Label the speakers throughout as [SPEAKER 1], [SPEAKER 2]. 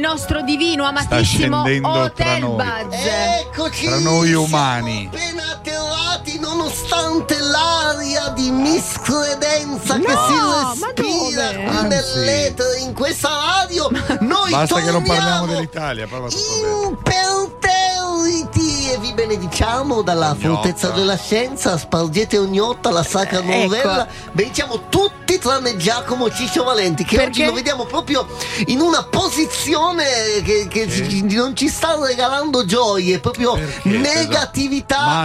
[SPEAKER 1] nostro divino, amatissimo
[SPEAKER 2] scendendo tra
[SPEAKER 1] Hotel
[SPEAKER 2] noi.
[SPEAKER 1] Buzz.
[SPEAKER 3] Eccoci!
[SPEAKER 2] Tra noi umani.
[SPEAKER 3] Siamo Ecco appena atterrati nonostante l'aria di miscredenza che
[SPEAKER 1] No,
[SPEAKER 3] si
[SPEAKER 1] ma
[SPEAKER 3] respira
[SPEAKER 1] dove?
[SPEAKER 3] qui nell'etere in questa radio. Noi
[SPEAKER 2] Basta che non parliamo
[SPEAKER 3] torniamo
[SPEAKER 2] dell'Italia, parla tutto bene.
[SPEAKER 3] Imperterriti e vi benediciamo dalla fortezza della scienza, spargete ognotta la sacra
[SPEAKER 1] Eh,
[SPEAKER 3] novella,
[SPEAKER 1] ecco.
[SPEAKER 3] benediciamo tutti tranne Giacomo Ciccio Valenti che
[SPEAKER 1] Perché?
[SPEAKER 3] oggi lo vediamo proprio in una posizione che, che ci- non ci sta regalando gioie, proprio negatività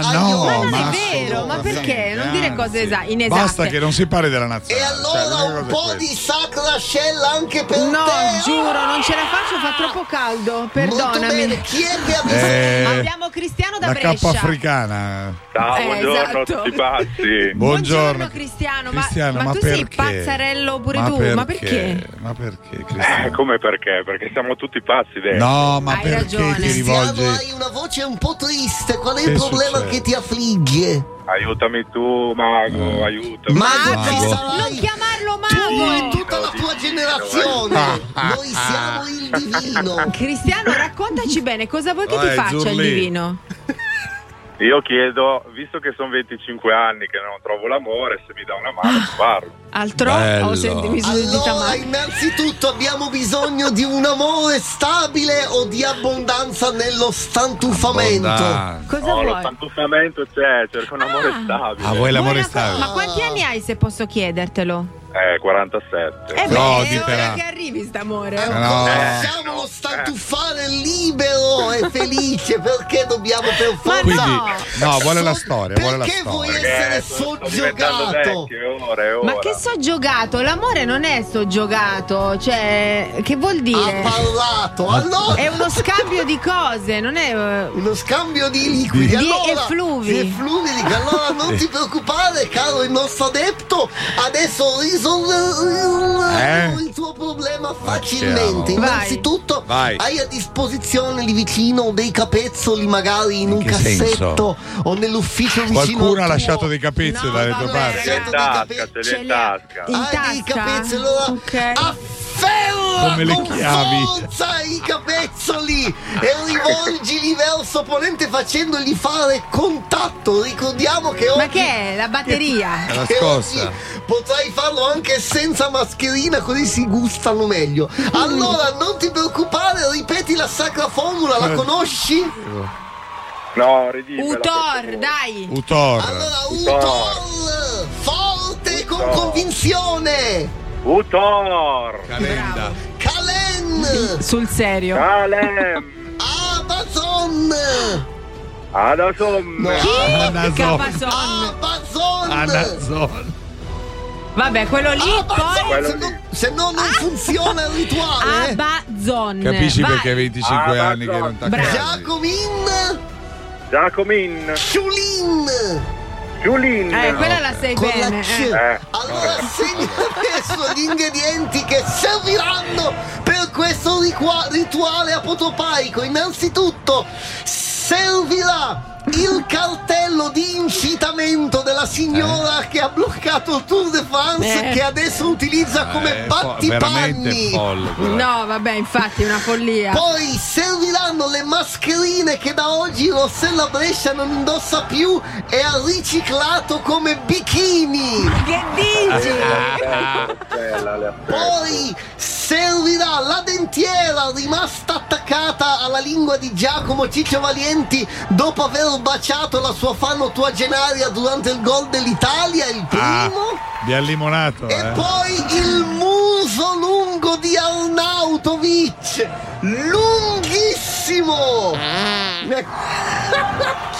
[SPEAKER 2] Esatto. Ma
[SPEAKER 3] agli
[SPEAKER 2] no,
[SPEAKER 1] Ma
[SPEAKER 3] occhi.
[SPEAKER 1] non
[SPEAKER 2] ma
[SPEAKER 1] è vero, ma perché? Non dire cose esa- inesatte.
[SPEAKER 2] Basta che non si parli della
[SPEAKER 3] E
[SPEAKER 2] nazione.
[SPEAKER 3] allora
[SPEAKER 2] cioè, l'unica cosa
[SPEAKER 3] un po'
[SPEAKER 2] è
[SPEAKER 3] di
[SPEAKER 2] questa.
[SPEAKER 3] sacra scella anche per
[SPEAKER 1] No,
[SPEAKER 3] te.
[SPEAKER 1] giuro, non ce la faccio, fa troppo caldo.
[SPEAKER 3] Molto bene,
[SPEAKER 1] Perdonami.
[SPEAKER 3] chi è che ha bisogno?
[SPEAKER 2] Eh,
[SPEAKER 1] Abbiamo Cristiano da
[SPEAKER 2] la cappa
[SPEAKER 1] Brescia.
[SPEAKER 2] africana.
[SPEAKER 4] Ciao,
[SPEAKER 1] Eh,
[SPEAKER 4] buongiorno
[SPEAKER 1] esatto.
[SPEAKER 4] a tutti pazzi.
[SPEAKER 2] Buongiorno.
[SPEAKER 1] Cristiano, ma-
[SPEAKER 2] Cristiano,
[SPEAKER 1] ma
[SPEAKER 2] ma,
[SPEAKER 1] tu sei
[SPEAKER 2] perché?
[SPEAKER 1] pazzarello pure tu, ma perché?
[SPEAKER 2] Ma perché,
[SPEAKER 4] Eh,
[SPEAKER 2] Cristiano?
[SPEAKER 4] come perché? Perché siamo tutti pazzi dentro.
[SPEAKER 2] No, ma
[SPEAKER 1] Hai
[SPEAKER 2] perché
[SPEAKER 1] ragione.
[SPEAKER 2] ti rivolgi?
[SPEAKER 3] Cristiano, hai una voce un po' triste. Qual è il
[SPEAKER 2] Che
[SPEAKER 3] problema
[SPEAKER 2] succede?
[SPEAKER 3] che ti affligge?
[SPEAKER 4] Aiutami tu, mago,
[SPEAKER 1] Mm.
[SPEAKER 4] aiutami.
[SPEAKER 3] Mago,
[SPEAKER 2] Mago.
[SPEAKER 3] ci sarai.
[SPEAKER 1] Non chiamarlo
[SPEAKER 3] Tu e
[SPEAKER 1] mago!
[SPEAKER 3] tutta la tua
[SPEAKER 2] Ah,
[SPEAKER 3] generazione. Noi siamo il divino.
[SPEAKER 1] Cristiano, raccontaci bene, cosa vuoi che ti
[SPEAKER 2] Vai,
[SPEAKER 1] faccia
[SPEAKER 2] Eh, Zurlì.
[SPEAKER 1] il divino?
[SPEAKER 4] Io chiedo, visto che sono 25 anni che non trovo l'amore, se mi dà una mano
[SPEAKER 1] Ah.
[SPEAKER 4] ci parlo.
[SPEAKER 1] Altro?
[SPEAKER 2] Bello.
[SPEAKER 1] Ho sentito, mi sono sentita
[SPEAKER 3] Allora,
[SPEAKER 1] male.
[SPEAKER 3] innanzitutto abbiamo bisogno di un amore stabile o di abbondanza nello stantufamento.
[SPEAKER 2] Abbondanza.
[SPEAKER 1] Cosa
[SPEAKER 4] No, lo
[SPEAKER 1] vuoi?
[SPEAKER 4] pantufamento c'è, cerco un amore
[SPEAKER 1] Ah.
[SPEAKER 4] stabile.
[SPEAKER 2] Ah, vuoi
[SPEAKER 1] Vuoi
[SPEAKER 2] l'amore
[SPEAKER 1] una cosa-
[SPEAKER 2] stabile?
[SPEAKER 1] Ma quanti anni hai se posso chiedertelo?
[SPEAKER 4] Eh, 47.
[SPEAKER 1] Eh beh,
[SPEAKER 2] No,
[SPEAKER 1] è
[SPEAKER 2] ditela.
[SPEAKER 1] ora che arrivi st'amore.
[SPEAKER 3] Eh,
[SPEAKER 1] amore.
[SPEAKER 2] No.
[SPEAKER 3] Lasciamo lo stantufare libero e felice perché dobbiamo per forza
[SPEAKER 2] Quindi,
[SPEAKER 1] no.
[SPEAKER 2] no, vuole la
[SPEAKER 3] So-
[SPEAKER 2] storia, vuole la
[SPEAKER 3] perché vuoi
[SPEAKER 2] storia.
[SPEAKER 3] essere
[SPEAKER 4] Eh, sto- sto diventando
[SPEAKER 3] soggiogato.
[SPEAKER 4] vecchio, ora è ora.
[SPEAKER 1] Ma che soggiogato? L'amore non è soggiogato, cioè che vuol
[SPEAKER 3] Ha
[SPEAKER 1] dire?
[SPEAKER 3] parlato. Allora,
[SPEAKER 1] È uno scambio di cose, non è eh,
[SPEAKER 3] Uno scambio di liquidi
[SPEAKER 1] Di
[SPEAKER 3] allora,
[SPEAKER 1] effluvi.
[SPEAKER 3] di effluvi, dico, allora non ti preoccupare, caro il nostro adepto. Adesso risolveremo
[SPEAKER 2] Eh?
[SPEAKER 3] il tuo problema facilmente.
[SPEAKER 1] Vai.
[SPEAKER 2] Facciamo.
[SPEAKER 3] Innanzitutto,
[SPEAKER 2] Vai.
[SPEAKER 3] hai a disposizione lì vicino dei capezzoli, magari in, un
[SPEAKER 2] che
[SPEAKER 3] cassetto o nell'ufficio vicino. al
[SPEAKER 2] Qualcuno ha
[SPEAKER 3] tuo.
[SPEAKER 2] lasciato dei capezzoli
[SPEAKER 1] No,
[SPEAKER 2] dalle
[SPEAKER 1] vabbè,
[SPEAKER 2] tue
[SPEAKER 4] Ce
[SPEAKER 2] parti.
[SPEAKER 4] l'hai
[SPEAKER 3] ragazzi. Capito,
[SPEAKER 4] in tasca, ce l'hai
[SPEAKER 1] ce
[SPEAKER 4] in
[SPEAKER 1] le ha-
[SPEAKER 4] tasca.
[SPEAKER 1] in
[SPEAKER 3] Hai dei
[SPEAKER 1] tasca?
[SPEAKER 3] capezzoli, Ah, allora
[SPEAKER 1] Ok.
[SPEAKER 3] afferra
[SPEAKER 2] Come le
[SPEAKER 3] con
[SPEAKER 2] chiavi.
[SPEAKER 3] forza i capezzoli e rivolgili verso Ponente facendogli fare contatto. Ricordiamo che oggi
[SPEAKER 1] Ma che è? La batteria?
[SPEAKER 2] È la
[SPEAKER 3] che
[SPEAKER 2] scossa.
[SPEAKER 3] oggi Potrai farlo anche senza mascherina, così si gustano meglio. Allora,
[SPEAKER 1] Mm.
[SPEAKER 3] non ti preoccupare, ripeti la sacra formula,
[SPEAKER 2] Eh.
[SPEAKER 3] la conosci?
[SPEAKER 1] eh.
[SPEAKER 4] No, ridimela.
[SPEAKER 1] Utor, dai!
[SPEAKER 2] Utor.
[SPEAKER 3] Allora,
[SPEAKER 4] Utor.
[SPEAKER 3] Utor, forte e con
[SPEAKER 4] Utor.
[SPEAKER 3] convinzione.
[SPEAKER 4] Utor!
[SPEAKER 2] Calenda.
[SPEAKER 3] Calen,
[SPEAKER 1] Sul serio.
[SPEAKER 4] Calem!
[SPEAKER 3] Amazon,
[SPEAKER 4] Adasom!
[SPEAKER 1] Chi?
[SPEAKER 2] Anazon.
[SPEAKER 1] Capazon.
[SPEAKER 3] Amazon.
[SPEAKER 2] Anazzon.
[SPEAKER 1] Vabbè, quello lì poi Ah.
[SPEAKER 4] Quello
[SPEAKER 3] Se no, se no non funziona il rituale. eh.
[SPEAKER 1] Abazon.
[SPEAKER 2] Capisci
[SPEAKER 1] Eh, Vai.
[SPEAKER 2] perché hai 25
[SPEAKER 4] Ah,
[SPEAKER 2] anni che non
[SPEAKER 1] Bravo.
[SPEAKER 2] t'accorgi?
[SPEAKER 3] Giacomin,
[SPEAKER 4] Giacomin!
[SPEAKER 3] Shulin.
[SPEAKER 4] Giulin!
[SPEAKER 1] Eh, quella la sai
[SPEAKER 3] con la
[SPEAKER 1] bene.
[SPEAKER 3] C.
[SPEAKER 1] eh.
[SPEAKER 4] Eh.
[SPEAKER 3] Allora segna adesso gli ingredienti che serviranno per questo riqua- rituale apotropaico. Innanzitutto servirà il cartello di incitamento della
[SPEAKER 2] Eh.
[SPEAKER 3] signora che ha bloccato il Tour de France
[SPEAKER 1] Eh.
[SPEAKER 3] che adesso utilizza come
[SPEAKER 2] Eh, fo- veramente
[SPEAKER 3] battipanni.
[SPEAKER 2] folle. quella.
[SPEAKER 1] No, vabbè, infatti è una follia.
[SPEAKER 3] Poi serviranno le mascherine che da oggi Rossella Brescia non indossa più e ha riciclato come bikini.
[SPEAKER 1] Che dici?
[SPEAKER 4] Ah, bella, le aspetto.
[SPEAKER 3] Poi servirà la dentiera rimasta attaccata alla lingua di Giacomo Ciccio Valienti dopo aver baciato la sua fan ottuagenaria durante il gol dell'Italia, il primo.
[SPEAKER 2] Ah, vi ha limonato.
[SPEAKER 3] E
[SPEAKER 2] eh.
[SPEAKER 3] poi il muso lungo di Arnautovic, lunghissimo!
[SPEAKER 2] Ah.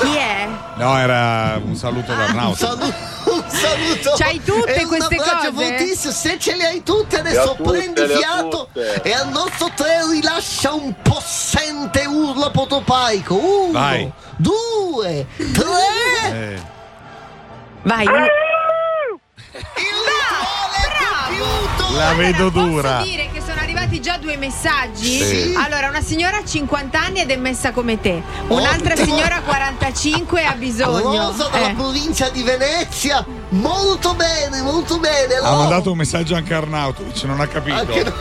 [SPEAKER 1] Chi è?
[SPEAKER 2] No, era un saluto da
[SPEAKER 3] Un
[SPEAKER 2] Arnauto.
[SPEAKER 3] saluto, un saluto.
[SPEAKER 1] C'hai tutte
[SPEAKER 3] E un
[SPEAKER 1] queste
[SPEAKER 3] abbraccio
[SPEAKER 1] cose?
[SPEAKER 3] fortissimo. Se ce le hai tutte, adesso
[SPEAKER 4] Le ho tutte,
[SPEAKER 3] prendi
[SPEAKER 4] le ho
[SPEAKER 3] fiato
[SPEAKER 4] tutte.
[SPEAKER 3] e al nostro tre rilascia un possente urlo potopaico. Uno,
[SPEAKER 2] Vai.
[SPEAKER 3] due, tre.
[SPEAKER 2] Eh.
[SPEAKER 1] Vai. un-
[SPEAKER 3] Il rituale è compiuto.
[SPEAKER 2] La vedo
[SPEAKER 1] Allora,
[SPEAKER 2] dura.
[SPEAKER 1] Posso dire che sono arrivati già due messaggi?
[SPEAKER 3] Sì.
[SPEAKER 1] Allora, una signora ha 50 anni ed è messa come te. Un'altra
[SPEAKER 3] Ottimo.
[SPEAKER 1] signora ha 45 ha bisogno.
[SPEAKER 3] Rosa dalla
[SPEAKER 1] Eh.
[SPEAKER 3] provincia di Venezia. Molto bene, molto bene.
[SPEAKER 2] Ha
[SPEAKER 3] Loro.
[SPEAKER 2] mandato un messaggio anche a Arnautovic, non ha capito.
[SPEAKER 3] Anche-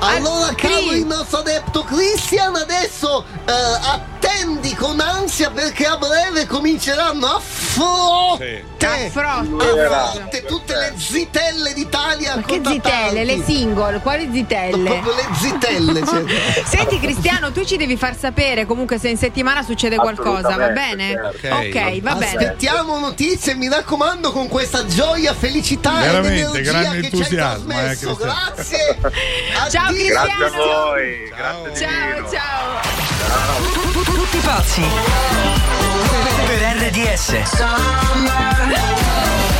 [SPEAKER 3] Allora,
[SPEAKER 1] Ah,
[SPEAKER 3] caro
[SPEAKER 1] sì.
[SPEAKER 3] il nostro adepto Christian, adesso eh, attendi con ansia perché a breve cominceranno a frotte.
[SPEAKER 1] A frotte.
[SPEAKER 3] a frotte tutte le zitelle d'Italia.
[SPEAKER 1] Ma che zitelle? Le
[SPEAKER 3] zitelle?
[SPEAKER 1] single, quali zitelle?
[SPEAKER 3] Proprio le zitelle. cioè.
[SPEAKER 1] Senti Cristiano, tu ci devi far sapere comunque se in settimana succede qualcosa, va bene?
[SPEAKER 4] Assolutamente,
[SPEAKER 1] Ok, va bene.
[SPEAKER 3] Aspettiamo notizie, mi raccomando, con questa gioia, felicità
[SPEAKER 2] Veramente,
[SPEAKER 3] ed energia
[SPEAKER 2] grande
[SPEAKER 3] che ci hai
[SPEAKER 2] entusiasmo,
[SPEAKER 3] trasmesso.
[SPEAKER 2] eh, Cristiano.
[SPEAKER 3] Grazie.
[SPEAKER 1] Ciao,
[SPEAKER 3] Addio.
[SPEAKER 1] Cristiano.
[SPEAKER 4] Grazie a voi,
[SPEAKER 2] Ciao.
[SPEAKER 4] grazie di
[SPEAKER 1] Ciao,
[SPEAKER 4] Milo.
[SPEAKER 1] ciao.
[SPEAKER 5] Tutti pazzi per RDS.